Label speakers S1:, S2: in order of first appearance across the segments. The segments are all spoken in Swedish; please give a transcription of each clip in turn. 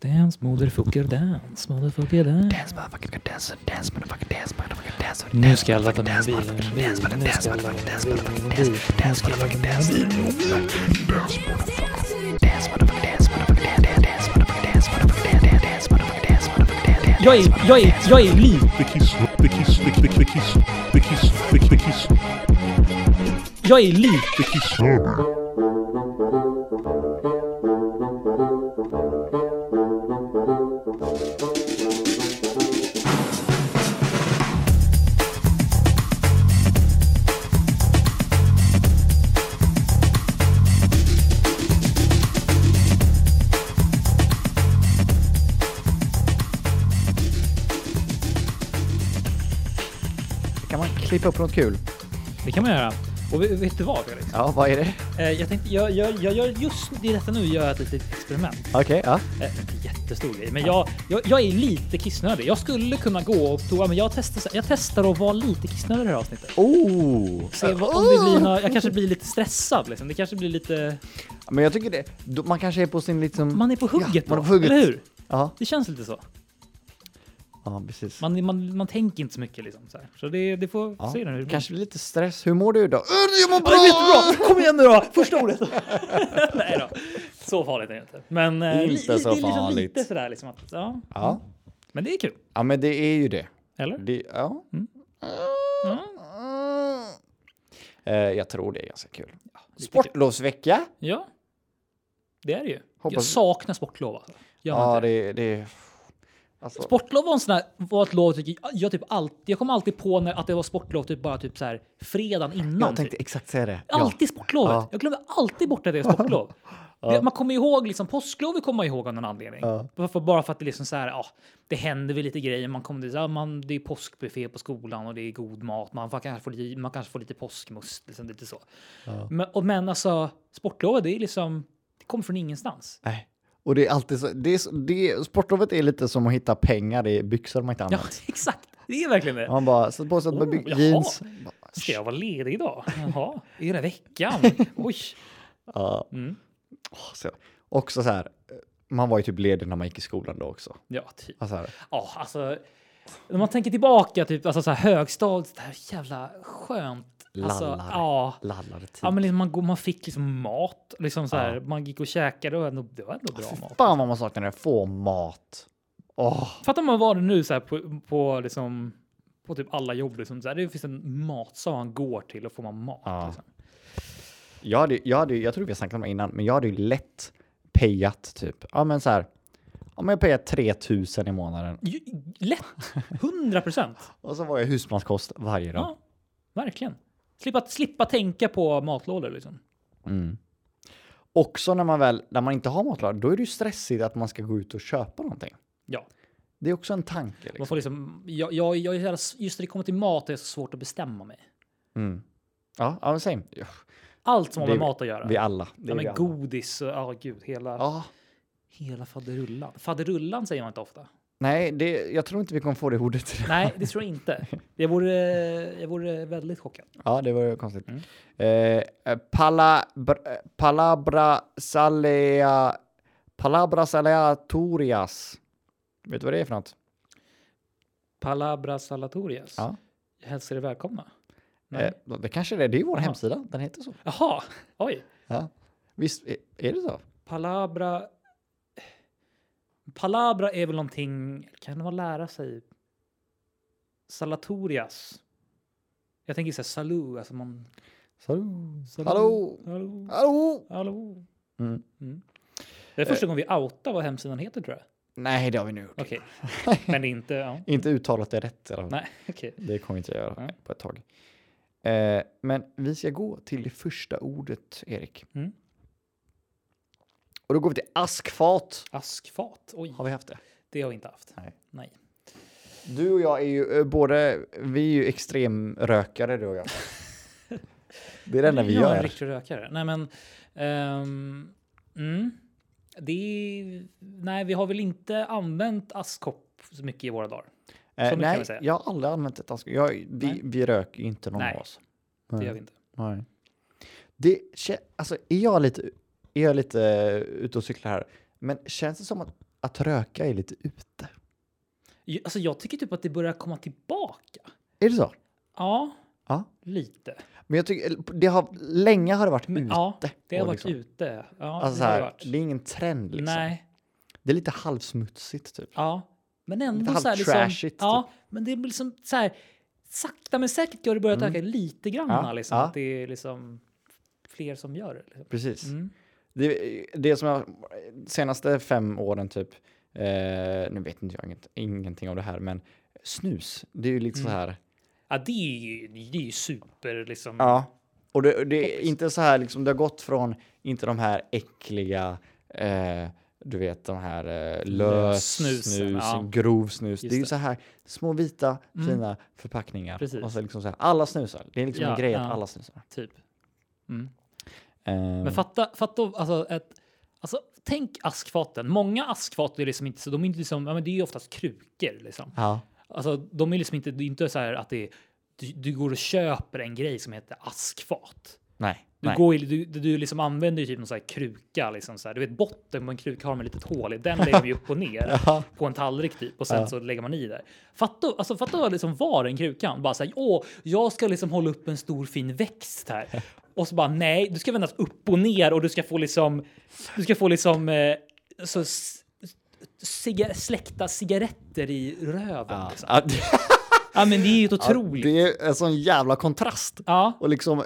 S1: Dance motherfucker dance, motherfucker dance.
S2: Dance motherfucker dance, dance motherfucker dance, motherfucker dance.
S1: Nu ska jag ladda min bil.
S2: Dance
S1: Nu ska jag ladda min bil. Nu ska jag ladda min bil. Jag är, jag är, jag är liv.
S3: The kiss, the kiss, the, the, the kiss, the kiss, the, the kiss,
S1: Jag är liv.
S3: the kiss server.
S2: Kan man klippa upp något kul?
S1: Det kan man göra. Och vet- vet du vad Felix?
S2: Ja, vad är det?
S1: Eh, Jag tänkte, jag, jag, jag gör just i detta nu gör jag ett litet experiment.
S2: Okej, ja.
S1: Eh, Inte jättestor grej, men jag, jag, jag är lite kissnödig. Jag skulle kunna gå och toa, men jag testar, jag testar att vara lite kissnödig i det här avsnittet.
S2: Oh!
S1: Se vad, om det blir nå- jag kanske blir lite stressad liksom. Det kanske blir lite...
S2: Men jag tycker det. då- Man kanske är på sin liksom...
S1: Man är på hugget,
S2: Ja, man är
S1: då,
S2: på hugget.
S1: eller hur?
S2: Ja,
S1: Det känns lite så.
S2: ja precis.
S1: Man, man, man tänker inte så mycket liksom. Så, här. så det, det får
S2: Ja.
S1: se nu hur det blir.
S2: Kanske blir lite stress. Hur mår du idag? Äh, Jag mår
S1: Ja, det är
S2: bra!
S1: jättebra! Kom igen nu då! Första ordet! Nej då. Så farligt är det inte. Men eh,
S2: Inte
S1: li- li-
S2: så
S1: det är liksom
S2: farligt.
S1: lite sådär liksom. Att, ja.
S2: Ja.
S1: Men det är kul.
S2: ja, men det är ju det.
S1: Eller?
S2: det ja.
S1: Mm.
S2: Mm. Eh, Jag tror det är ganska kul.
S1: lite
S2: Sportlovsvecka.
S1: Ja. Det är det ju.
S2: Hoppas-
S1: Jag saknar sportlov alltså. Jag har
S2: Ja,
S1: inte det.
S2: det, det alltså,
S1: Sportlov var, en sån här, var ett lov tycker jag, jag, typ alltid, jag kom alltid på när, att det var sportlov typ bara typ så här fredagen innan.
S2: Jag
S1: typ.
S2: tänkte exakt säga det. Ja.
S1: Alltid sportlovet.
S2: Ja.
S1: Jag glömmer alltid bort att det är sportlov. Det, man kommer ihåg liksom, påsklovet kommer man ihåg av någon anledning.
S2: Ja.
S1: Bara för- Bara för att det är liksom så här, ja, det händer väl lite grejer. Man kommer, dit, ja, man, det är påskbuffé på skolan och det är god mat. Man, får- kanske, får lite, man kanske får lite påskmust. Liksom, lite så. Men, och, men alltså, sportlovet, det är liksom, det kommer från ingenstans.
S2: Nej. Och det är alltid så, det är, så- det, sportlovet är lite som att hitta pengar i byxor man inte
S1: Ja,
S2: använt.
S1: exakt. Det är verkligen det.
S2: Man bara sätter på sig ett par
S1: Oh,
S2: by-
S1: jaha.
S2: jeans.
S1: Ska jag vara ledig idag? Jaha, är det veckan? Oj.
S2: Ja.
S1: Mm.
S2: Åh, så. Också så här, man var ju typ ledig när man gick i skolan då också.
S1: Ja, typ.
S2: Alltså här,
S1: Ja, alltså. När man tänker tillbaka, typ alltså så här högstadiet, det här jävla skönt. Alltså,
S2: Lallar.
S1: ja.
S2: lallar tid.
S1: Ja, men liksom man, går- man fick liksom mat, liksom så här,
S2: Ja.
S1: man gick och käkade och det var ändå, det var ändå bra mat.
S2: Fan vad man saknade få mat. Åh,
S1: Fattar man vad det nu så här på, på liksom på typ alla jobb liksom, så här, det finns en matsal man går till och får man mat.
S2: Ja.
S1: Liksom.
S2: jag, hade, jag, hade, jag tror vi har snackat om det innan, men jag hade ju lätt pejat typ. Ja men så här, ja, men jag pejade 3000 i månaden.
S1: Ju- Lätt! 100 procent.
S2: Och så var jag husmanskost varje dag.
S1: Ja, verkligen. Slippa, slippa tänka på matlådor liksom.
S2: Mm. Också när man väl, när man inte har matlåda, då är det ju stressigt att man ska gå ut och köpa någonting.
S1: Ja,
S2: Det är också en tanke.
S1: man
S2: Liksom.
S1: får liksom, jag, jag, jag, är så jävla s- just när det kommer till mat är det så svårt att bestämma mig.
S2: Mm. Ja, ja, men same. Ja,
S1: Allt som har med
S2: Det-
S1: mat att göra.
S2: Vi alla. Det
S1: ja,
S2: är vi
S1: men
S2: alla.
S1: godis och ja, gud, hela,
S2: Ja.
S1: hela faderullan. Faderullan säger man inte ofta.
S2: Nej, det, jag tror inte vi kommer få det ordet.
S1: Nej, det tror jag inte. Jag vore, jag vore väldigt chockad.
S2: Ja, det var ju konstigt.
S1: Mm.
S2: Eh, pala, br, eh, palabra salea... Palabra saleatorias. Vet du vad det är för något?
S1: Palabra salatorias.
S2: Ja.
S1: Jag hälsar er välkomna. Nej.
S2: Eh, det kanske det är. Det är ju vår
S1: Ja.
S2: hemsida. Den heter så.
S1: Jaha, oj.
S2: Ja. Visst, är, är det så?
S1: Palabra. Palabra är väl någonting, kan det vara lära sig? Salatorias. Jag tänker så här salu, alltså man...
S2: Hallå?
S1: Salu,
S2: Hallå?
S1: Hallå?
S2: Hallå?
S1: Hallå?
S2: Mm. Eh.
S1: Mm. Det är första gången vi outar vad hemsidan heter tror jag.
S2: Nej, det har vi nu gjort.
S1: Okej, men det är inte... Ja.
S2: Inte uttalat det rätt. Eller?
S1: Nej, okej.
S2: Det kommer inte jag göra
S1: Nej.
S2: på ett tag. Eh, men vi ska gå till det första ordet, Erik.
S1: Mm.
S2: Och då går vi till askfat.
S1: Askfat? Oj,
S2: Har vi haft det?
S1: det har vi inte haft.
S2: Nej.
S1: Nej.
S2: Du och jag är ju eh, både, vi är ju extremrökare du och jag. Det är det enda vi
S1: Jag är en
S2: gör.
S1: riktig rökare. Nej, men... ehm, mm, det är, Nej, vi har väl inte använt askkopp så mycket i våra dagar.
S2: Eh,
S1: kan
S2: nej,
S1: vi säga.
S2: jag har aldrig använt ett ask. Jag, vi,
S1: Nej.
S2: vi röker ju inte någon
S1: Nej.
S2: av oss.
S1: Det
S2: Nej.
S1: gör vi inte.
S2: Nej. Det, kä- alltså, är jag lite, är jag lite eh, ute och cyklar här? Men känns det som att att röka är lite ute.
S1: Ju- Alltså jag tycker typ att det börjar komma tillbaka.
S2: Är det så?
S1: Ja,
S2: Ja.
S1: lite.
S2: Men jag tycker, det har, länge har det varit ute.
S1: Ja, det har
S2: och
S1: varit
S2: liksom.
S1: ute. Ja,
S2: Alltså
S1: det
S2: så
S1: har det
S2: här,
S1: varit.
S2: det är ingen trend liksom.
S1: Nej,
S2: Det är lite halvsmutsigt typ.
S1: ja. Men ändå
S2: halvt
S1: så här liksom.
S2: trashigt,
S1: ja, men det är liksom så här. Sakta men säkert gör det börjat öka lite grann.
S2: Mm. Ja,
S1: Liksom,
S2: ja.
S1: Att det är liksom fler som gör det. Liksom.
S2: Precis.
S1: Mm.
S2: Det, det som jag, senaste fem åren typ, eh, nu vet inte jag inget, ingenting om det här, men snus, det är ju lite
S1: Mm.
S2: så här.
S1: Ja, det är ju, det är ju super liksom.
S2: Ja. Och det, det är inte så här liksom, det har gått från, inte de här äckliga, eh, du vet de här eh, lös
S1: Lössnusen,
S2: snus,
S1: ja.
S2: grov snus.
S1: Just
S2: det är ju
S1: det. Mm.
S2: så här små vita fina förpackningar.
S1: Precis.
S2: Och så liksom så här, alla snusar. Det är liksom
S1: Ja,
S2: en grej att
S1: ja.
S2: alla snusar.
S1: Typ.
S2: Ehm,
S1: Men fatta, fatta alltså ett, alltså, tänk askfaten. Många askfat är liksom inte så, de är inte liksom, ja, men det är ju oftast krukor liksom.
S2: ja.
S1: Alltså de är liksom inte, det är inte så här att det är, du, du går och köper en grej som heter askfat.
S2: Nej.
S1: Du,
S2: nej.
S1: går, i- du, du liksom använder ju typ någon så här kruka, liksom så här. du vet botten på en kruka har man ett litet hål i, den lägger vi upp och ner på en tallrik typ och sen så lägger man i där. Fatta, alltså, fatta vad liksom var den krukan, bara så här, åh, jag ska liksom hålla upp en stor fin växt här. Och så bara nej, du ska vändas upp och ner och du ska få liksom, du ska få liksom eh, så, s- ciga, släckta cigaretter i röven. Ja.
S2: Ja.
S1: Liksom.
S2: Ja, det-
S1: ja men det är ju ett otroligt.
S2: Det är en sån jävla kontrast.
S1: Ja,
S2: Och liksom eh,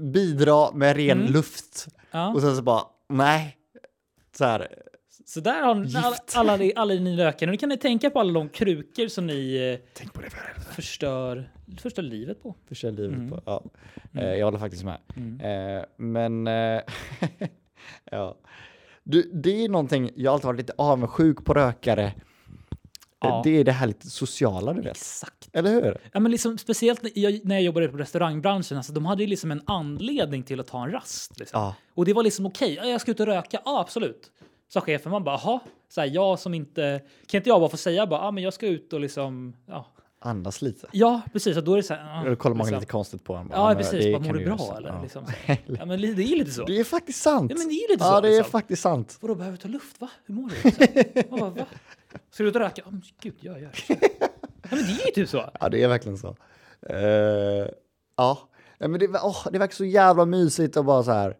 S2: bidra med ren luft.
S1: Mm. ja.
S2: Och sen så bara, nej. Så här,
S1: Så där har ni- alla,
S2: Gift.
S1: alla, ni- alla ni lökar. Nu kan ni tänka på alla de krukor som ni eh,
S2: tänk på det för helvete.
S1: förstör, förstör livet på.
S2: Försälj livet
S1: Mm.
S2: på. Ja. Eh, jag håller faktiskt med. Eh, men, eh, ja. Du, det är någonting jag har alltid varit lite avundsjuk på rökare.
S1: Ja.
S2: Det är det här lite sociala du vet.
S1: Exakt.
S2: Eller hur?
S1: Ja, men liksom, speciellt när jag, när jag jobbade på restaurangbranschen, alltså, de hade ju liksom en anledning till att ta en rast. Liksom.
S2: Ja.
S1: Och det var liksom okej, ja, jag ska ut och röka, ja absolut. Sa chefen, man bara jaha, så här, jag som inte, kan inte jag bara få säga bara, ja men jag ska ut och liksom, ja.
S2: Andas lite.
S1: Ja, precis, och då är det så här, ja,
S2: Då kollar man
S1: liksom.
S2: lite konstigt på honom.
S1: Ja, precis, bara,
S2: kan
S1: mår du
S2: göra
S1: bra
S2: så.
S1: eller?
S2: Ja.
S1: Liksom, så här. ja, men det är lite så.
S2: Det är faktiskt sant.
S1: Ja, men det är lite
S2: Ja,
S1: så,
S2: det är
S1: liksom.
S2: faktiskt sant.
S1: Vadå, behöver du ta luft? Va? Hur mår du? Så här, Man bara, va? Ska du ut och röka? Ja, men gud, jag gör det. Ja, men det är ju typ så.
S2: Ja, det är verkligen så. Eh, ja, Nej, men det, åh, det verkar så jävla mysigt att bara så här.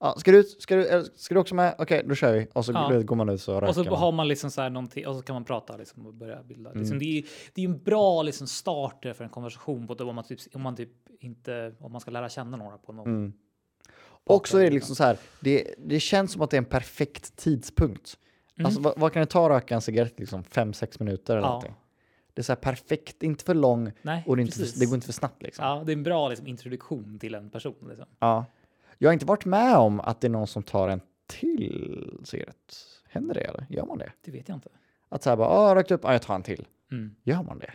S2: Ja, ska du ut? Ska du, eller ska du också med? Okej, då kör vi. Och så
S1: Ja.
S2: du vet, går man ut så röker
S1: Och så
S2: man.
S1: har man liksom så här någonting och så kan man prata liksom och börja bilda. Liksom,
S2: Mm.
S1: Det är ju det är ju en bra liksom start där för en konversation på det, om man typ, om man typ inte, om man ska lära känna några på någon.
S2: Mm. Och så är det liksom så här. Det, det känns som att det är en perfekt tidpunkt. Alltså, vad, vad kan det ta att röka en cigarett? Liksom fem, sex minuter eller
S1: Mm. Ja.
S2: någonting. Det är så här perfekt, inte för lång
S1: Nej,
S2: och det, är inte
S1: precis.
S2: för, det går inte för snabbt liksom.
S1: Ja, det är en bra liksom, introduktion till en person. Liksom.
S2: Ja. Jag har inte varit med om att det är någon som tar en till cigarett. Händer det eller? Gör man det?
S1: Det vet jag inte.
S2: Att så här bara, ah, rökt upp, ah, jag tar en till.
S1: Mm.
S2: Gör man det?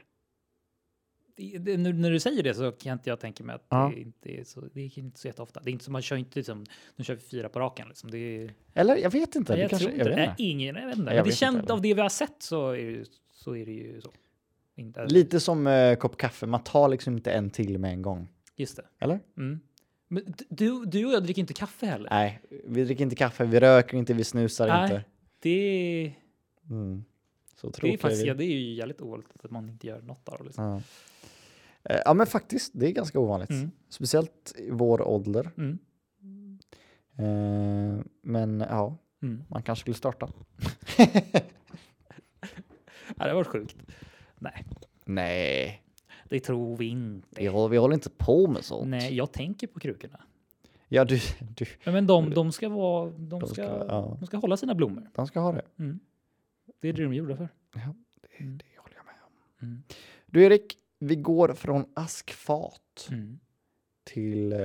S1: Det, det, nu, när du säger det så kan inte jag tänka mig att
S2: Ja.
S1: det inte är så. Det är inte så jätteofta. Det är inte som man kör inte liksom. Nu kör vi fyra på raken liksom. Det är,
S2: Eller jag vet inte.
S1: Nej,
S2: det
S1: jag
S2: kanske,
S1: tror inte
S2: jag
S1: det.
S2: vet inte.
S1: Ingen, jag vet inte. Men
S2: Nej, jag
S1: det
S2: vet inte
S1: känt
S2: heller.
S1: av det vi har sett så är det ju så. Är det ju så. Inte,
S2: Lite som eh, kopp kaffe, man tar liksom inte en till med en gång.
S1: Just det.
S2: Eller?
S1: Mm. Men d- du, du och jag dricker inte kaffe heller.
S2: Nej, vi dricker inte kaffe, vi röker inte, vi snusar
S1: Nej,
S2: inte.
S1: Det,
S2: Mm. Så
S1: det, är
S2: tråkiga
S1: faktiskt,
S2: vi.
S1: ja, det är ju jävligt ovanligt att man inte gör något av det. Liksom.
S2: Ja. Eh, ja men faktiskt, det är ganska ovanligt.
S1: Mm.
S2: Speciellt i vår ålder.
S1: Mm.
S2: Eh, men ja,
S1: Mm.
S2: man kanske skulle starta.
S1: Ja, det var sjukt. Nej,
S2: Nej,
S1: det tror vi inte.
S2: vi håller, vi håller inte på med sånt.
S1: Nej, jag tänker på krukorna.
S2: Ja, du, du,
S1: Ja, Men de, de ska vara... De ska,
S2: ska- ja.
S1: de ska hålla sina blommor.
S2: de ska ha det.
S1: Mm. Det är det de är gjorda för.
S2: Ja, det,
S1: Mm.
S2: det håller jag med om.
S1: Mm.
S2: Du Erik, vi går från askfat
S1: Mm.
S2: till eh,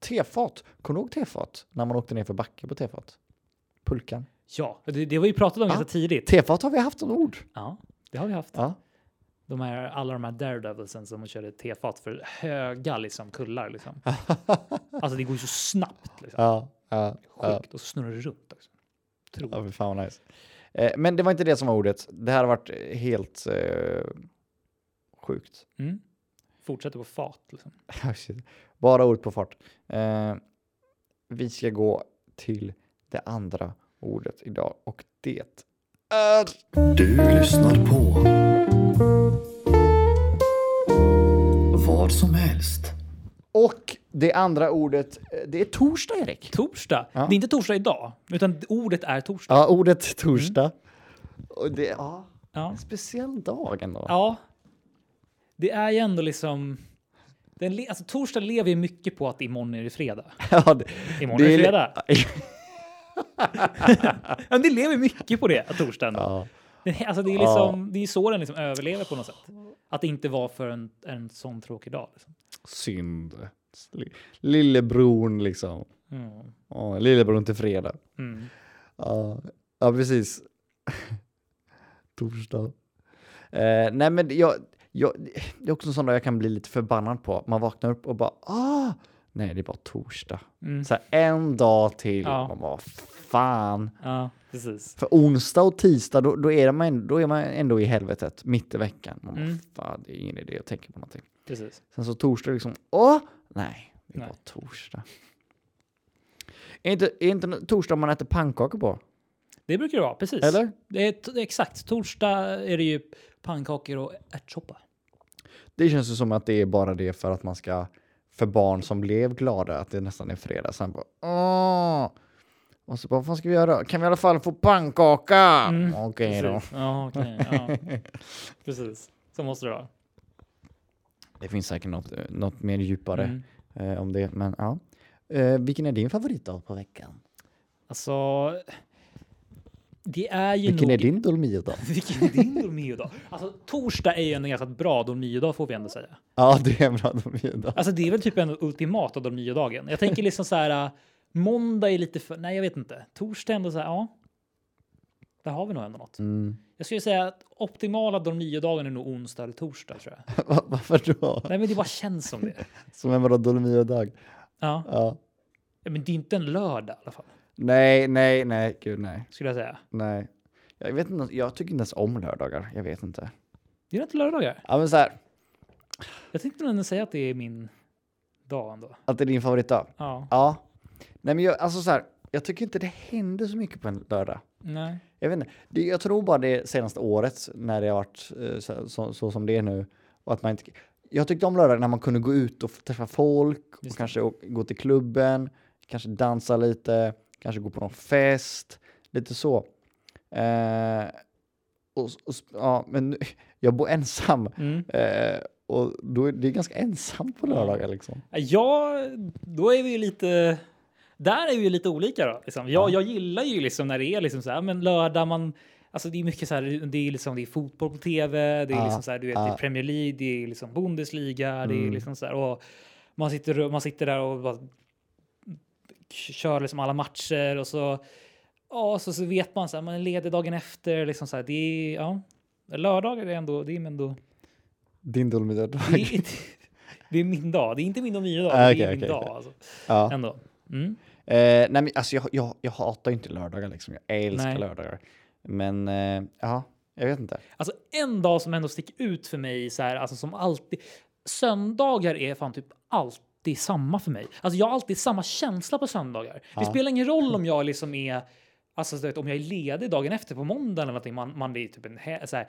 S2: tefat. Kommer du ihåg tefat? När man åkte ner för backe på tefat? Pulkan.
S1: Ja, det, det var ju pratat om
S2: Ja.
S1: ganska tidigt.
S2: Tefat har vi haft som ord.
S1: Ja, det har vi haft.
S2: Ja.
S1: de här, alla de här daredevilsen som körde tefat för höga liksom, kullar. Liksom. Alltså det går ju så snabbt. Liksom.
S2: Ja. Ja. Ja.
S1: Sjukt. Och så snurrar det runt. liksom. Också. Tror.
S2: ja fy fan vad nice. Eh, men det var inte det som var ordet. Det här har varit eh, helt eh, sjukt.
S1: Mm. Fortsätter på fat. Liksom.
S2: Ja, Oh, shit. Bara ord på fart. Eh, vi ska gå till det andra ordet idag och det är...
S4: Du lyssnar på vad som helst.
S2: Och det andra ordet, eh, det är torsdag, Erik.
S1: Torsdag. Det är inte torsdag idag, utan ordet är torsdag.
S2: Ja, ordet torsdag. Mm. Och det, ja,
S1: Ja.
S2: speciell dag ändå.
S1: ja. Det är ju ändå liksom... Den le- alltså, torsdag lever ju mycket på att imorgon är det fredag.
S2: Ja, det,
S1: Imorgon
S2: det
S1: är
S2: li-
S1: fredag. Ja, Men det lever mycket på det, att torsdagen.
S2: Ja.
S1: Det, alltså, det, är liksom, det är så den liksom överlever på något sätt. Att det inte var för en, en sån tråkig dag. Liksom.
S2: Synd. Lillebrorn liksom.
S1: Mm.
S2: Ja, lillebrorn till fredag.
S1: Mm.
S2: Ja, ja precis. Torsdag. Eh, nej men jag, jag, det är också en sån dag jag kan bli lite förbannad på. Man vaknar upp och bara ah, nej det är bara torsdag.
S1: Mm.
S2: Så här, en dag till.
S1: Ja.
S2: Man bara fan.
S1: Ja, precis.
S2: För onsdag och tisdag då, då, är man, då är man ändå i helvetet mitt i veckan. Man bara,
S1: Mm.
S2: fan det är ingen idé att tänka på någonting.
S1: precis.
S2: Sen så torsdag liksom, åh, nej, det är
S1: Nej.
S2: bara torsdag. Är inte, är inte nå- torsdag man äter pannkakor på?
S1: Det brukar det vara, precis.
S2: Eller?
S1: Det är t- exakt. Torsdag är det ju pannkakor och ärtsoppa.
S2: Det känns ju som att det är bara det för att man ska, för barn som blev glada, att det nästan är fredag. Sen bara, åh. Och så bara, vad fan ska vi göra? Kan vi i alla fall få pannkaka?
S1: Mm,
S2: Okej då.
S1: Precis. Ja, okej. ja. precis. Så måste det vara.
S2: Det finns säkert något, eh, något mer djupare
S1: Mm.
S2: eh, om det, men ja. Eh, vilken är din favoritdag på veckan?
S1: Alltså, det är ju
S2: Vilken
S1: nog...
S2: är din Dolmio-dag?
S1: Vilken är din Dolmio-dag? Alltså, torsdag är ju en ganska bra Dolmio-dag får vi ändå säga.
S2: ja, det är en bra Dolmio-dag.
S1: Alltså det är väl typ en ultimata de nio dagen. Jag tänker liksom så här, äh, måndag är lite för, nej jag vet inte. Torsdag är ändå så här, ja. Där har vi nog ändå något.
S2: Mm.
S1: Jag skulle säga att optimala de nio dagen är nog onsdag eller torsdag tror jag.
S2: Va- Varför då?
S1: Nej men det bara känns som det.
S2: Som en bra Dolmio-dag.
S1: Ja,
S2: Ja.
S1: men det är inte en lördag i alla fall
S2: Nej, nej, nej, gud nej.
S1: skulle jag säga.
S2: Nej. Jag, vet inte, jag tycker inte ens om lördagar. Jag vet inte.
S1: Det är inte lördagar.
S2: Ja, men så här,
S1: Jag tänkte nog ändå säga att det är min dag ändå.
S2: att det är din favoritdag.
S1: Ja,
S2: Ja. Nej, men jag, alltså så här, jag tycker inte det händer så mycket på en lördag.
S1: nej.
S2: Jag vet inte. Det, jag tror bara det senaste året när det har varit eh, så, så, så som det är nu. Och att man inte, jag tyckte om lördagar när man kunde gå ut och f- träffa folk
S1: Just
S2: och
S1: det.
S2: kanske å- gå till klubben, kanske dansa lite, kanske gå på någon fest, lite så. Eh, och, s- och, s- ja, men nu, jag bor ensam
S1: Mm.
S2: eh, och då är det är ganska ensamt på lördagar liksom.
S1: Ja, då är vi ju lite... Där är vi ju lite olika då. Liksom. Jag, jag gillar ju liksom när det är liksom så här, men lördag man... Alltså det är mycket så här, det är liksom det är fotboll på tv, det är
S2: Ja,
S1: liksom så här, du vet, det
S2: ja. Mm.
S1: är Premier League, det är liksom Bundesliga, det är liksom så här och man sitter, och- man sitter där och bara kör liksom alla matcher och så ja, så, så vet man så här, man är ledig dagen efter liksom så här, det är ja, lördagar är ändå, det är ändå
S2: Din dolmiddag.
S1: det är, det är min dag. Det är inte min och mina dag.
S2: Ah,
S1: men det
S2: okej,
S1: är min
S2: okej,
S1: dag
S2: okej.
S1: alltså.
S2: Ja.
S1: Ändå. Mm.
S2: Eh, nej, men alltså jag, jag, jag hatar ju inte lördagar liksom. Jag älskar
S1: Nej.
S2: lördagar. Men eh, ja, jag vet inte.
S1: Alltså en dag som ändå sticker ut för mig så här, alltså som alltid. Söndagar är fan typ alltid samma för mig. Alltså jag har alltid samma känsla på söndagar. Det spelar ingen roll om jag liksom är Alltså du vet, om jag är ledig dagen efter på måndag eller någonting, man, man det är typ en hä- så här,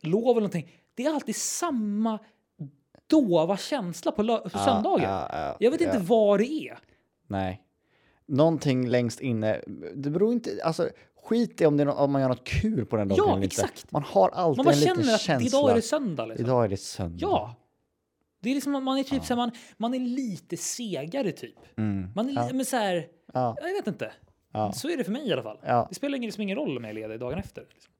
S1: lov eller någonting. Det är alltid samma dova känsla på, lö- på söndagar.
S2: Ja, ja, ja,
S1: jag vet inte
S2: Ah, ja.
S1: vad det är.
S2: Nej. Någonting längst inne. Det beror inte... Alltså, skit i om, det är nå- om man gör något kul på den dagen
S1: Ja,
S2: eller inte.
S1: exakt.
S2: Man har alltid
S1: Man bara
S2: en liten
S1: känner att
S2: känsla.
S1: idag är det söndag. Liksom.
S2: Idag är det söndag.
S1: Ja. Det är liksom, man är typ så här, man, man är lite segare typ.
S2: Mm.
S1: Man är li- men så här,
S2: Ja.
S1: jag vet inte.
S2: Ja.
S1: Så är det för mig i alla fall.
S2: Ja.
S1: Det spelar ingen, liksom ingen roll om jag är ledig dagen efter. Liksom.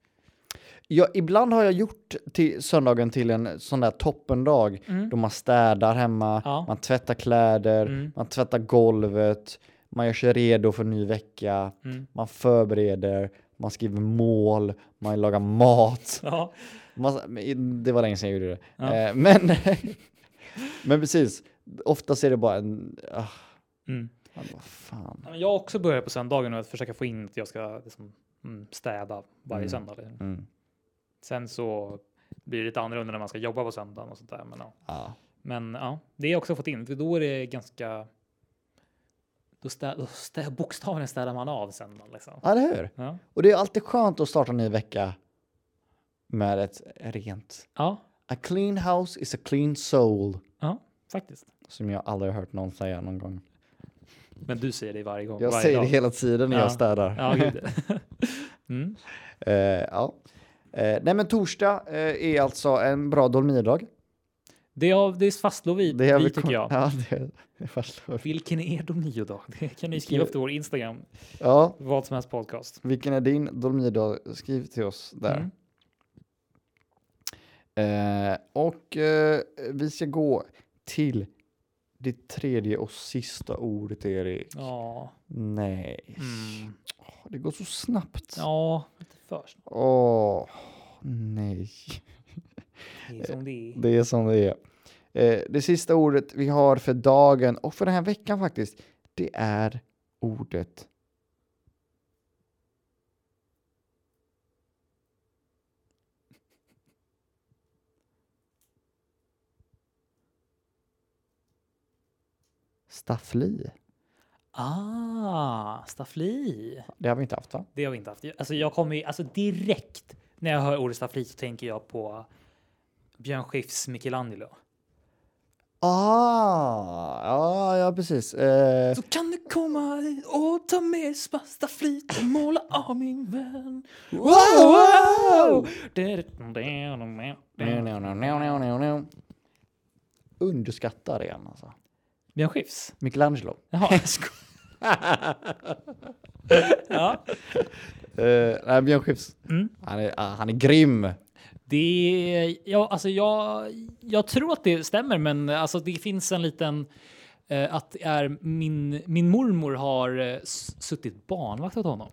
S2: Ja, ibland har jag gjort till söndagen till en sån där toppendag då man städar hemma,
S1: Mm. Ja.
S2: man tvättar kläder,
S1: Mm.
S2: man tvättar golvet, man gör sig redo för en ny vecka,
S1: Mm.
S2: man förbereder, man skriver mål, man lagar mat.
S1: Ja.
S2: Massa, men det var länge sedan jag gjorde det.
S1: Ja.
S2: Eh, men, men precis, oftast är det bara en... ah,
S1: Mm.
S2: man bara, fan.
S1: Ja, men Jag har också börjat på söndagen och att försöka få in att jag ska liksom, mm, städa varje söndag. Liksom.
S2: Mm.
S1: Sen så blir det lite annorlunda när man ska jobba på söndagen och sånt där. Men, ja.
S2: Ja.
S1: men ja, det har jag också fått in. För då är det ganska... Då, stä, då stä, bokstavligen städar man av sen. Liksom.
S2: Ja, eller hur?
S1: Ja.
S2: Och det är alltid skönt att starta en ny vecka med ett rent.
S1: ja,
S2: A clean house is a clean soul.
S1: ja, faktiskt.
S2: Som jag aldrig har hört någon säga någon gång.
S1: Men du säger det varje gång.
S2: Jag
S1: varje
S2: säger
S1: dag.
S2: det hela tiden när
S1: Ja.
S2: jag städar.
S1: Ja, gud. mm.
S2: Eh, ja. Eh, nej men torsdag eh, är alltså en bra dolmirdag.
S1: det, har, det fastslår vi,
S2: Det har
S1: vi
S2: vi
S1: tycker jag.
S2: Ja, det är fastslår vi.
S1: Vilken är Dolmiodag? Det kan ni skriva upp till vår Instagram,
S2: ja,
S1: vad som helst podcast.
S2: vilken är din dolmirdag? Skriv till oss där.
S1: Mm.
S2: Eh, och eh, vi ska gå till det tredje och sista ordet, Erik.
S1: Ja,
S2: Nej,
S1: mm.
S2: Åh, det går så snabbt.
S1: ja, lite för snabbt.
S2: Åh, nej.
S1: Det är som det är.
S2: Det är som det är. Eh, det sista ordet vi har för dagen och för den här veckan faktiskt, det är ordet Staffli.
S1: Ah, staffli.
S2: Det har vi inte haft va?
S1: Det har vi inte haft. Alltså, jag kommer ju, alltså direkt när jag hör ordet staffli så tänker jag på Björn Skifs Michelangelo.
S2: Ah, ja, ja precis. Eh,
S1: Så kan du komma hit och ta med spasta flit och måla av min vän. Wow! wow!
S2: no, no, no, no, no, no, no. Underskattar igen alltså.
S1: Björn Skifs?
S2: Michelangelo.
S1: Jaha. ja.
S2: Uh, nej, Björn Skifs.
S1: Mm.
S2: Han, är, ah, han är grym.
S1: Det, ja, alltså jag, jag tror att det stämmer, men alltså det finns en liten... Eh, att det är min, min mormor har eh, s- suttit barnvakt åt honom.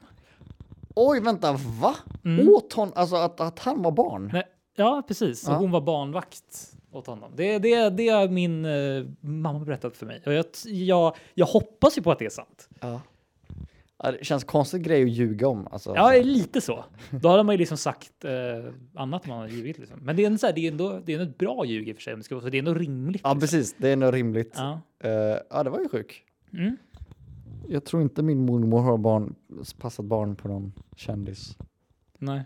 S2: Oj, vänta, va?
S1: Mm.
S2: Åt hon, alltså att, att han var barn?
S1: Nej, ja, precis. Så
S2: Ja.
S1: Hon var barnvakt åt honom. Det, det, det har min eh, mamma berättat för mig. Och jag, t- jag, jag hoppas ju på att det är sant.
S2: Ja. Ja, Det känns konstig grej att ljuga om. Alltså,
S1: Ja, lite så. Då hade man ju liksom sagt eh, annat man har ljugit. Liksom. Men det är, en, så här, det, är ändå, det är ändå ett bra ljug i och för sig. om det ska vara Så det är ändå rimligt. liksom.
S2: ja precis. Det är nog rimligt. Ja,
S1: Ja.
S2: ja det var ju sjuk.
S1: Mm.
S2: Jag tror inte min mormor har barn, passat barn på någon kändis.
S1: Nej.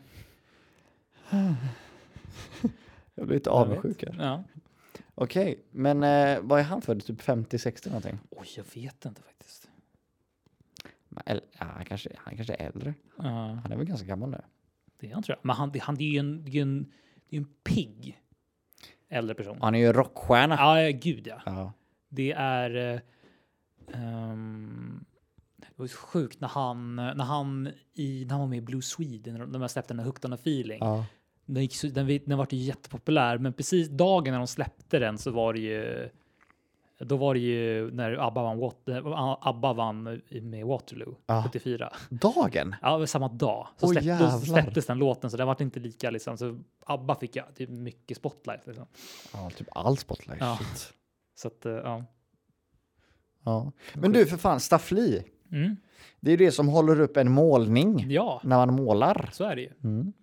S2: Jag blir lite
S1: jag vet.
S2: avundsjuk här.
S1: Ja.
S2: Okej, men eh, vad är han född? Typ 50-60 någonting?
S1: Oj, jag vet inte faktiskt.
S2: Men, eller, ja, han, kanske, han kanske är äldre.
S1: Ja,
S2: Han är väl ganska gammal nu?
S1: det är han tror jag. Men han, det- han det är ju en, det är ju en, det är en pigg äldre person.
S2: Han är ju rockstjärna.
S1: Ja, ja, gud ja.
S2: Ja.
S1: Det är... eh, ehm, det var ju så sjukt när han, när han, i, när han var med i Blue Sweden, när de- när de släppte den här Hooked on a feeling.
S2: Ja.
S1: Den, gick, så- den, den var ju jättepopulär, men precis dagen när de släppte den så var det ju... Då var det ju när ABBA vann, Wat- eh, ABBA vann med Waterloo
S2: Ja.
S1: 74.
S2: Dagen?
S1: Ja, det var samma dag. Så
S2: Ah. Åh,
S1: släpp, då
S2: jävlar.
S1: släpptes den låten, så den var inte lika liksom. Så ABBA fick ja, typ mycket spotlight. Liksom.
S2: Ja, typ all spotlight.
S1: Ja.
S2: Shit.
S1: Så att, eh, ja.
S2: Ja. Men du, för fan, staffli.
S1: Mm.
S2: Det är det som håller upp en målning
S1: Ja,
S2: när man målar.
S1: så är det ju. Mm.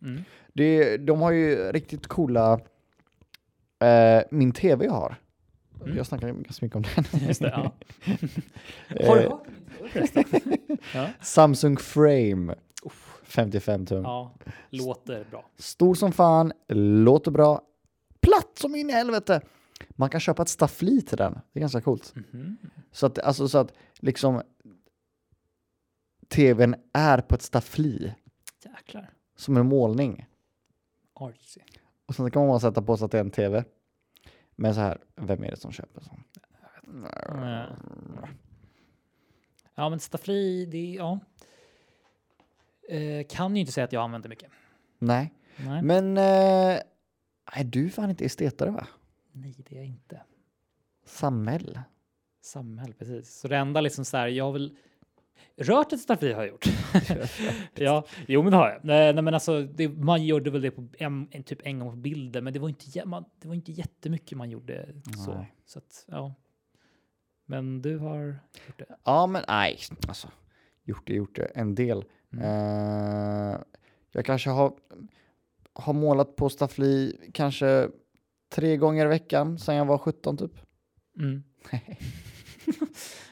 S2: Det, de har ju riktigt coola... Eh, min tv jag har. Jag snackar ju ganska mycket om den.
S1: Just det, ja. Har du hört förresten? ja.
S2: Samsung Frame. 55 tum.
S1: ja, låter bra.
S2: Stor som fan, låter bra, platt som in i helvete. Man kan köpa ett staffli till den. Det är ganska coolt.
S1: Mhm.
S2: Så att, alltså, så att liksom tvn är på ett staffli
S1: Jäklar.
S2: som en målning.
S1: Artsy.
S2: Och sen kan man bara sätta på så att det är en tv. Men så här, vem är det som köper en sån?
S1: Ja. ja, men staffli, det är- ja. Eh, kan ju inte säga att jag använder mycket.
S2: Nej,
S1: Nej,
S2: men eh, nej, du är fan inte estetare va?
S1: Nej det är jag inte.
S2: Samhäll.
S1: Samhäll, precis. Så det enda liksom så här, jag vill... Rört ett staffli har jag gjort. ja, jo men det har jag. Nej, nej men alltså, det, man gjorde väl det på en, en, typ en gång på bilden, men det var inte, jä- man, det var inte jättemycket man gjorde så.
S2: Nej.
S1: så att, ja. Men du har gjort det.
S2: Ja, men nej, alltså. Gjort det, gjort det. En del.
S1: Mm.
S2: Eh, jag kanske har, har målat på staffli kanske tre gånger i veckan sedan jag var 17 typ.
S1: Mm.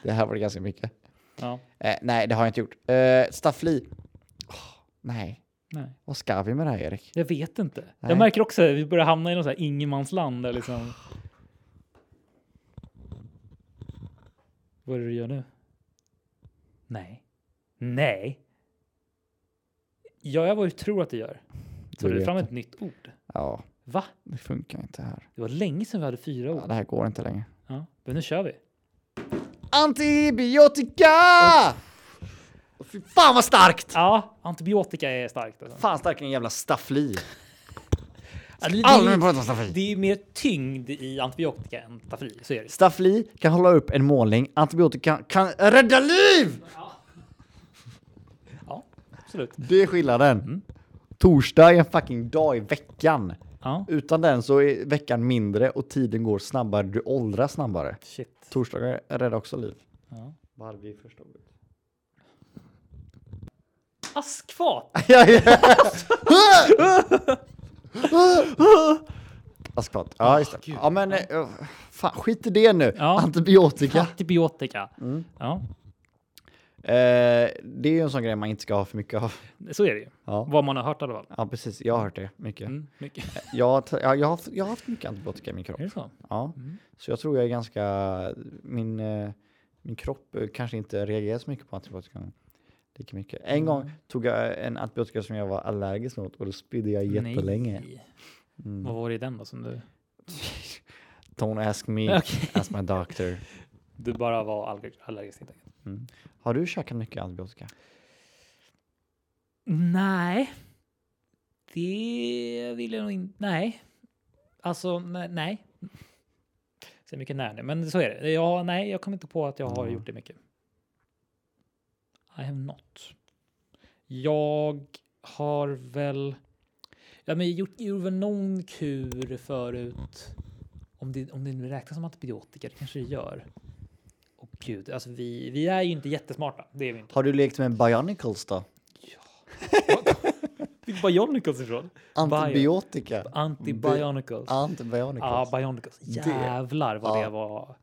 S2: Det här var det ganska mycket.
S1: Ja.
S2: Eh, nej, det har jag inte gjort. Eh, Staffli. Åh, nej,
S1: Nej.
S2: vad ska vi med det här Erik?
S1: Jag vet inte.
S2: Nej.
S1: Jag märker också att vi börjar hamna i något så här ingenmansland där liksom. Vad är det du gör nu? Nej. Nej. Ja, jag vad du tror att du gör. Så
S2: Du
S1: du
S2: vet
S1: fram
S2: det.
S1: ett nytt ord.
S2: Ja,
S1: Va?
S2: det funkar inte här.
S1: Det var länge sedan vi hade fyra
S2: Ja,
S1: ord.
S2: det här går inte längre.
S1: Ja, men nu kör vi.
S2: Antibiotika! Fy fan vad starkt!
S1: Ja, antibiotika är starkt. Alltså.
S2: Fan starkare än jävla staffli.
S1: Ja, det- det-
S2: Aldrig mer prata om staffli.
S1: Det är ju mer tyngd i antibiotika än tafri, så är det.
S2: Staffli kan hålla upp en målning. Antibiotika kan rädda liv!
S1: Ja, absolut.
S2: Det är skillnaden. Mm. Torsdag är en fucking dag i veckan.
S1: Ja,
S2: Utan den så är veckan mindre och tiden går snabbare. Du åldras snabbare.
S1: shit.
S2: Torsdagar räddar också liv.
S1: Ja.
S2: Varje första ordet.
S1: Askfat!
S2: Askfat. Ja, just det.
S1: Ah, Gud.
S2: Ja, men eh, fan, skit i det nu.
S1: Ja.
S2: Antibiotika.
S1: Antibiotika.
S2: Mm.
S1: Ja,
S2: Eh, det är ju en sån grej man inte ska ha för mycket av.
S1: så är det ju.
S2: Ja.
S1: Vad man har hört i alla fall.
S2: Ja, precis. Jag har hört det mycket.
S1: Mm, mycket.
S2: Jag, har t- ja, jag, har, haft- jag har haft mycket antibiotika i min kropp.
S1: Är det så? Mm.
S2: Ja, så jag tror jag är ganska... Min, eh, min kropp eh, kanske inte reagerar så mycket på antibiotika. Lika mycket.
S1: Mm.
S2: En gång tog jag en antibiotika som jag var allergisk mot och då spydde jag jättelänge. Mm.
S1: Nej. Vad var det i den då som du...
S2: Don't ask me,
S1: Okej.
S2: ask my doctor.
S1: Du bara var allerg- allergisk helt enkelt?
S2: Har du käkat mycket antibiotika?
S1: Nej. Det vill jag nog inte... Nej. Alltså, ne- nej. Så mycket nej nu, men så är det. Ja, nej, jag kommer inte på att jag har gjort det mycket. I have not. Jag har väl... Ja, men jag gjort, gjorde väl någon kur förut. Om det, om det nu räknas som antibiotika, det kanske det gör. Och gud, alltså vi, vi är ju inte jättesmarta. Det är vi inte.
S2: Har du lekt med Bionicles då?
S1: Fick Bionicles ifrån?
S2: Antibiotika?
S1: Antibionicals.
S2: Antibionicles.
S1: Ja, Bionicles. Jävlar vad
S2: Ja.
S1: det var.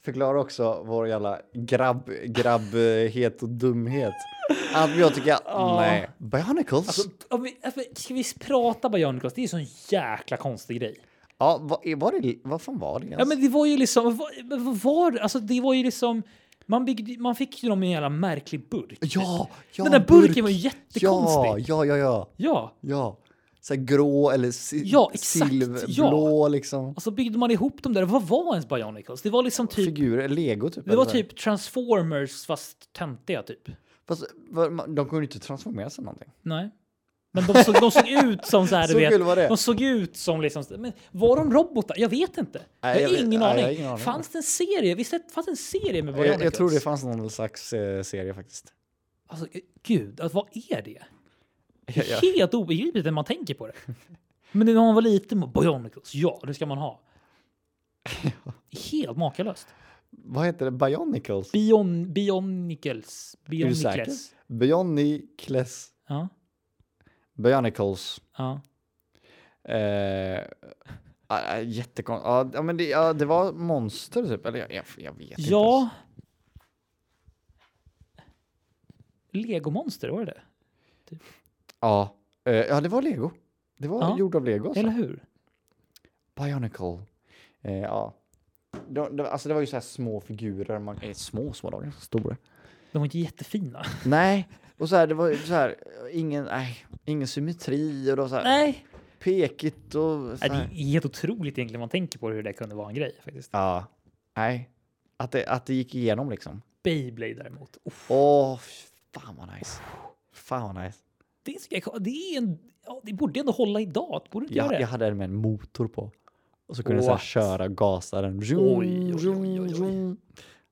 S2: Förklara också vår jävla grabb, grabbhet och dumhet. Antibiotika? Nej. Bionicles?
S1: Alltså, om vi, alltså, ska vi prata Bionicles? Det är ju en sån jäkla konstig grej.
S2: ja, vad, är- var det, vad fan var det ens?
S1: Ja, men det var ju liksom... Vad, vad var, alltså, det var ju liksom... Man, byggde, man fick ju dem i en jävla märklig burk.
S2: Ja, ja,
S1: Den där burken
S2: burk.
S1: var ju jättekonstig.
S2: Ja, ja, ja, ja.
S1: Ja.
S2: ja. Så här grå eller si-
S1: Ja, exakt,
S2: silverblå liksom.
S1: Och så alltså, byggde man ihop dem där. Vad var ens Bionicles? Det var liksom typ...
S2: Figurer, lego typ.
S1: Det var
S2: eller?
S1: typ Transformers fast töntiga typ.
S2: Fast, vad- man- de kunde ju inte transformera sig någonting.
S1: Nej. Men de såg, de såg ut som så här, du
S2: Så
S1: vet.
S2: kul var det.
S1: De såg ut som liksom... Men var de robotar? Jag vet inte. jag,
S2: Nej, jag
S1: har
S2: vet-
S1: ingen
S2: nej,
S1: aning.
S2: jag har ingen aning.
S1: Fanns det en serie? Visst det- fanns det en serie med
S2: Jag,
S1: Bionicles?
S2: jag tror det fanns någon slags eh, serie faktiskt.
S1: Alltså, gud, alltså, vad är det? Det
S2: Ja, ja.
S1: är helt obegripligt när man tänker på det. Men när man var liten, man, Bionicles, ja, det ska man ha. Helt makalöst.
S2: Vad heter det? Bionicles?
S1: Bion, Bionicles.
S2: Är du säker?
S1: Bionicles.
S2: Bionicles.
S1: Ja,
S2: Bionicles.
S1: ja.
S2: Eh, äh, Jättekonstigt. Ja, men det, ja, det var monster typ. Eller jag, jag, jag vet inte. ens.
S1: Ja. Legomonster, var det det?
S2: Ja. Eh, ja, det var lego. Det var
S1: Ja.
S2: gjord av lego. Alltså.
S1: Eller hur?
S2: Bionicle. Eh, ja. De, de, alltså det var ju så här små figurer. Man, eh, små, små dagar. Stora.
S1: De var inte jättefina.
S2: Nej. Och så här, det var ju så här, ingen, nej, ingen symmetri och det var så här,
S1: Nej.
S2: pekigt och så
S1: Äh, Det
S2: här.
S1: är helt otroligt egentligen man tänker på hur det kunde vara en grej faktiskt.
S2: Ja. Nej. Att det, att det gick igenom liksom.
S1: Beyblade däremot. Oh,
S2: Åh, fy fan vad nice. Fan vad nice.
S1: det, ska jag, det, är en, ja, det borde ändå hålla idag. Det borde inte göra
S2: Jag,
S1: det.
S2: jag hade den med en motor på. Och så kunde jag så här
S1: What?
S2: köra och gasa den.
S1: Oj, oj, oj, oj, oj.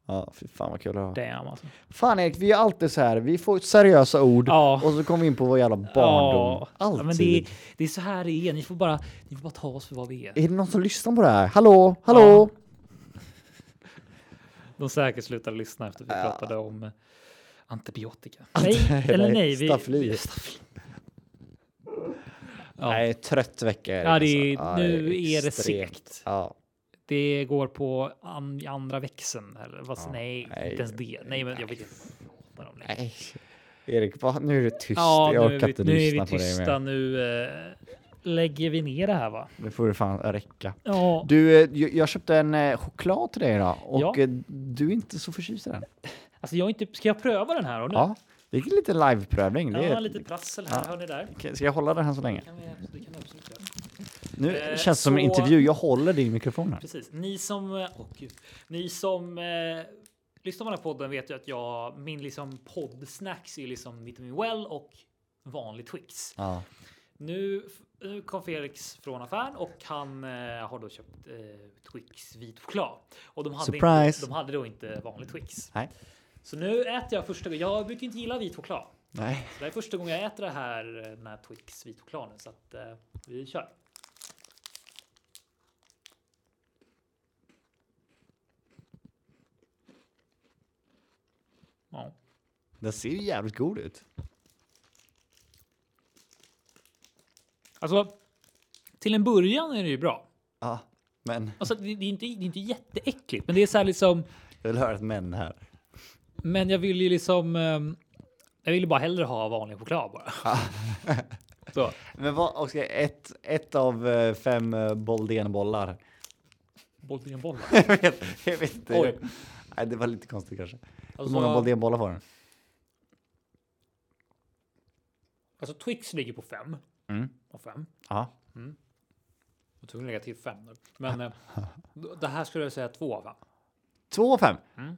S2: Ja, fy fan vad kul det var.
S1: Damn alltså.
S2: Fan Erik, vi är alltid så här. Vi får seriösa ord
S1: Ja.
S2: och så kommer vi in på vår jävla barndom.
S1: Ja.
S2: Alltid.
S1: Ja, men det, är- det är så här det är. Ni får bara, ni får bara ta oss för vad vi är.
S2: Är det någon som lyssnar på det här? Hallå, hallå?
S1: De säkert slutade lyssna efter vi pratade om eh, antibiotika.
S2: Nej,
S1: Nej, eller
S2: nej,
S1: nej. Vi,
S2: staffli.
S1: staffli.
S2: Nej, trött vecka Erik.
S1: Ja, det är-
S2: alltså.
S1: nu är det
S2: extremt.
S1: segt.
S2: Ja.
S1: Det går på an, i andra växeln. Eller? Fast, nej,
S2: nej.
S1: inte ens det. Nej, men jag vet inte vad de lägger.
S2: Nej. Erik, va? nu är du tyst.
S1: Ja,
S2: jag
S1: nu är
S2: orkar
S1: vi,
S2: inte
S1: nu är
S2: lyssna
S1: vi
S2: på dig
S1: tysta.
S2: mer.
S1: Nu eh, lägger vi ner det här, va?
S2: Nu får det fan räcka.
S1: Ja,
S2: Du, eh, jag- jag köpte en eh, choklad till dig idag och
S1: Ja.
S2: eh, du är inte så förtjust i den.
S1: alltså jag är inte, ska jag pröva den här? Och nu?
S2: Ja, det gick lite liveprövning. Det
S1: Ja,
S2: är...
S1: lite prassel här.
S2: Ja.
S1: Hör ni där?
S2: Okej, Ska jag hålla den här så länge?
S1: Kan vi, det kan vi absolut göra.
S2: Nu
S1: Eh,
S2: känns det som en
S1: så-
S2: intervju. Jag håller din mikrofon här.
S1: Precis. Ni som, eh, åh gud, ni som eh, lyssnar på den här podden vet ju att jag, min liksom poddsnacks är liksom vitamin well och vanlig Twix.
S2: Ja.
S1: Nu, nu kom Felix från affären och han eh, har då köpt eh, Twix vit choklad. Och de hade,
S2: Surprise!
S1: Inte, de hade då inte vanlig Twix.
S2: Nej.
S1: Så nu äter jag första gången. Jag brukar inte gilla vit choklad.
S2: Nej.
S1: Så det här är första gången jag äter det här, eh, den här Twix vit choklad nu. Så att eh, vi kör. Ja.
S2: Den ser ju jävligt god ut.
S1: Alltså, till en början är det ju bra.
S2: Ja, men
S1: Alltså, det, det, är inte, det är inte jätteäckligt, men det är så här liksom.
S2: jag vill höra ett men här.
S1: Men jag vill ju liksom. ehm, Jag vill ju bara hellre ha vanlig choklad bara. så.
S2: Men vad, och ska ett, ett av eh, fem eh, Boldenbollar.
S1: Boll till en boll.
S2: jag vet, jag vet inte.
S1: Oj.
S2: Nej, det var lite konstigt kanske. Hur
S1: Alltså,
S2: många Boldenbollar får den?
S1: alltså Twix ligger på fem.
S2: Mm.
S1: Och fem.
S2: Ja.
S1: Jag tror lägga till fem. nu. Men eh, d- det här skulle jag säga två av fem.
S2: Två av fem?
S1: Mm.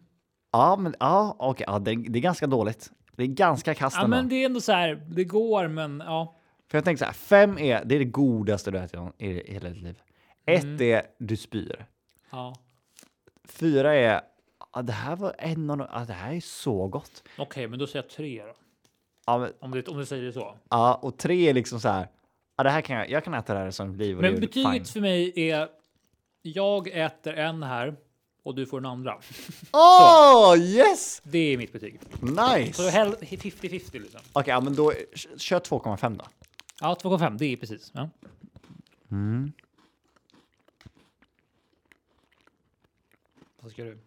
S2: Ja, men ja, okej. Ja, det, det är ganska dåligt. Det är ganska kast
S1: Ja,
S2: ändå.
S1: men det är ändå så här. Det går, men ja.
S2: För jag tänkte så här, fem är det, är det godaste du ätit i i hela ditt liv. Ett
S1: Mm.
S2: är du spyr.
S1: ja.
S2: Fyra är ja, det här var en av de- ja, det här är så gott.
S1: Okej, men då säger jag tre då.
S2: Ja, men,
S1: Om du, om du säger det så.
S2: ja, och tre är liksom så här. Ja, det här kan jag, jag kan äta det här som det blir. och det
S1: Men
S2: är
S1: betyget
S2: fine.
S1: för mig är. Jag äter en här och du får den andra.
S2: Åh, yes!
S1: Det är mitt betyg. Så
S2: Nice!
S1: hell- 50-50 liksom.
S2: Okej, ja, men då kö- kör 2,5 då.
S1: Ja, 2,5. Det är precis. Ja.
S2: Mm.
S1: Vad ska du?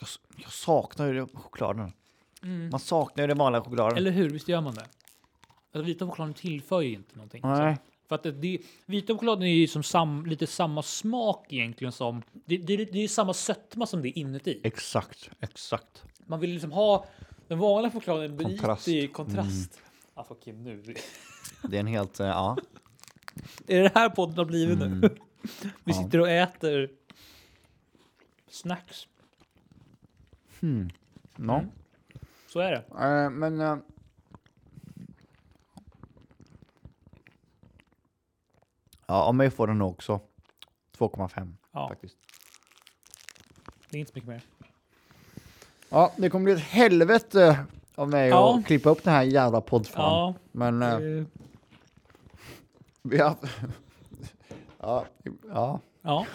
S2: Jag, s- jag saknar ju den chokladen. Man saknar ju den vanliga chokladen.
S1: Mm. Eller hur? Visst gör man det? Alltså, vita chokladen tillför ju inte någonting.
S2: Nej.
S1: För att det, det, vita chokladen är ju som sam, lite samma smak egentligen som... Det, det, det är ju samma sötma som det är inuti.
S2: Exakt, exakt.
S1: Man vill liksom ha... Den vanliga chokladen
S2: Kontrast. Mm.
S1: bryter ju kontrast. Ah, fuck you, nu.
S2: Det är en helt, eh, ja. Mm.
S1: Är det här podden har blivit nu? Vi sitter och äter snacks.
S2: No.
S1: Mm. Så är det.
S2: Eh, men... eh, Ja, om mig får den nog också. 2,5
S1: Ja.
S2: faktiskt.
S1: Det är inte så mycket mer.
S2: Ja, det kommer bli ett helvete av mig
S1: Ja.
S2: att klippa upp den här jävla poddfan.
S1: Ja.
S2: Men eh,
S1: eh,
S2: vi har... ja, ja.
S1: Ja.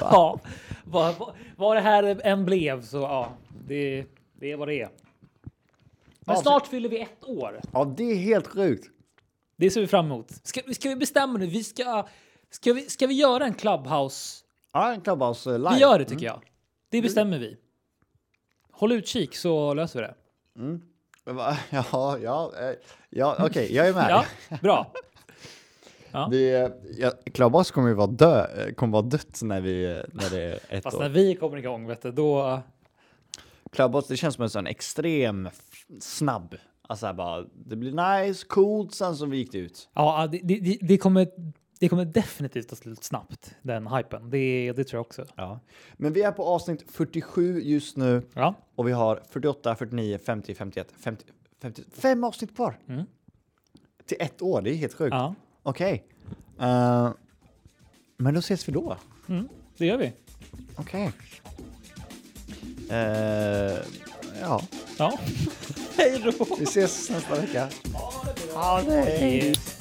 S1: ja. Vad, vad, vad det här än blev så ja, det, det är vad det är. Men
S2: Ja,
S1: snart fyller vi ett år.
S2: ja, det är helt sjukt.
S1: Det ser vi fram emot. Ska, ska vi bestämma nu? Vi ska, ska, vi, ska vi göra en clubhouse?
S2: Ja, en Clubhouse eh, live.
S1: Vi gör det tycker jag. Det bestämmer vi. Håll utkik så löser vi det.
S2: Va? Ja, ja, eh, ja okej, jag är med.
S1: Ja, bra.
S2: Vi, eh, ja, Clubhouse kommer ju vara, dö, eh, kommer vara dött när, vi, eh, när det är ett
S1: Fast
S2: år.
S1: när vi kommer igång, vet du, då...
S2: Clubhouse, det känns som en sån extrem f- snabb. Alltså här bara, det blir nice, coolt, sen så gick det ut.
S1: Ja, det, det- det, det, kommer, det kommer definitivt ta slut snabbt, den hypen. Det, det tror jag också.
S2: Ja. Men vi är på avsnitt 47 just nu
S1: Ja.
S2: och vi har 48, 49, 50, 51, 50, 50 fem avsnitt kvar.
S1: Mm.
S2: Till ett år, det är helt sjukt.
S1: ja.
S2: Okej. Eh, men då ses vi då.
S1: Mm, det gör vi.
S2: Okej. Eh, ja,
S1: Ja. Hej då!
S2: vi ses nästa vecka. Ha det!
S1: Yes.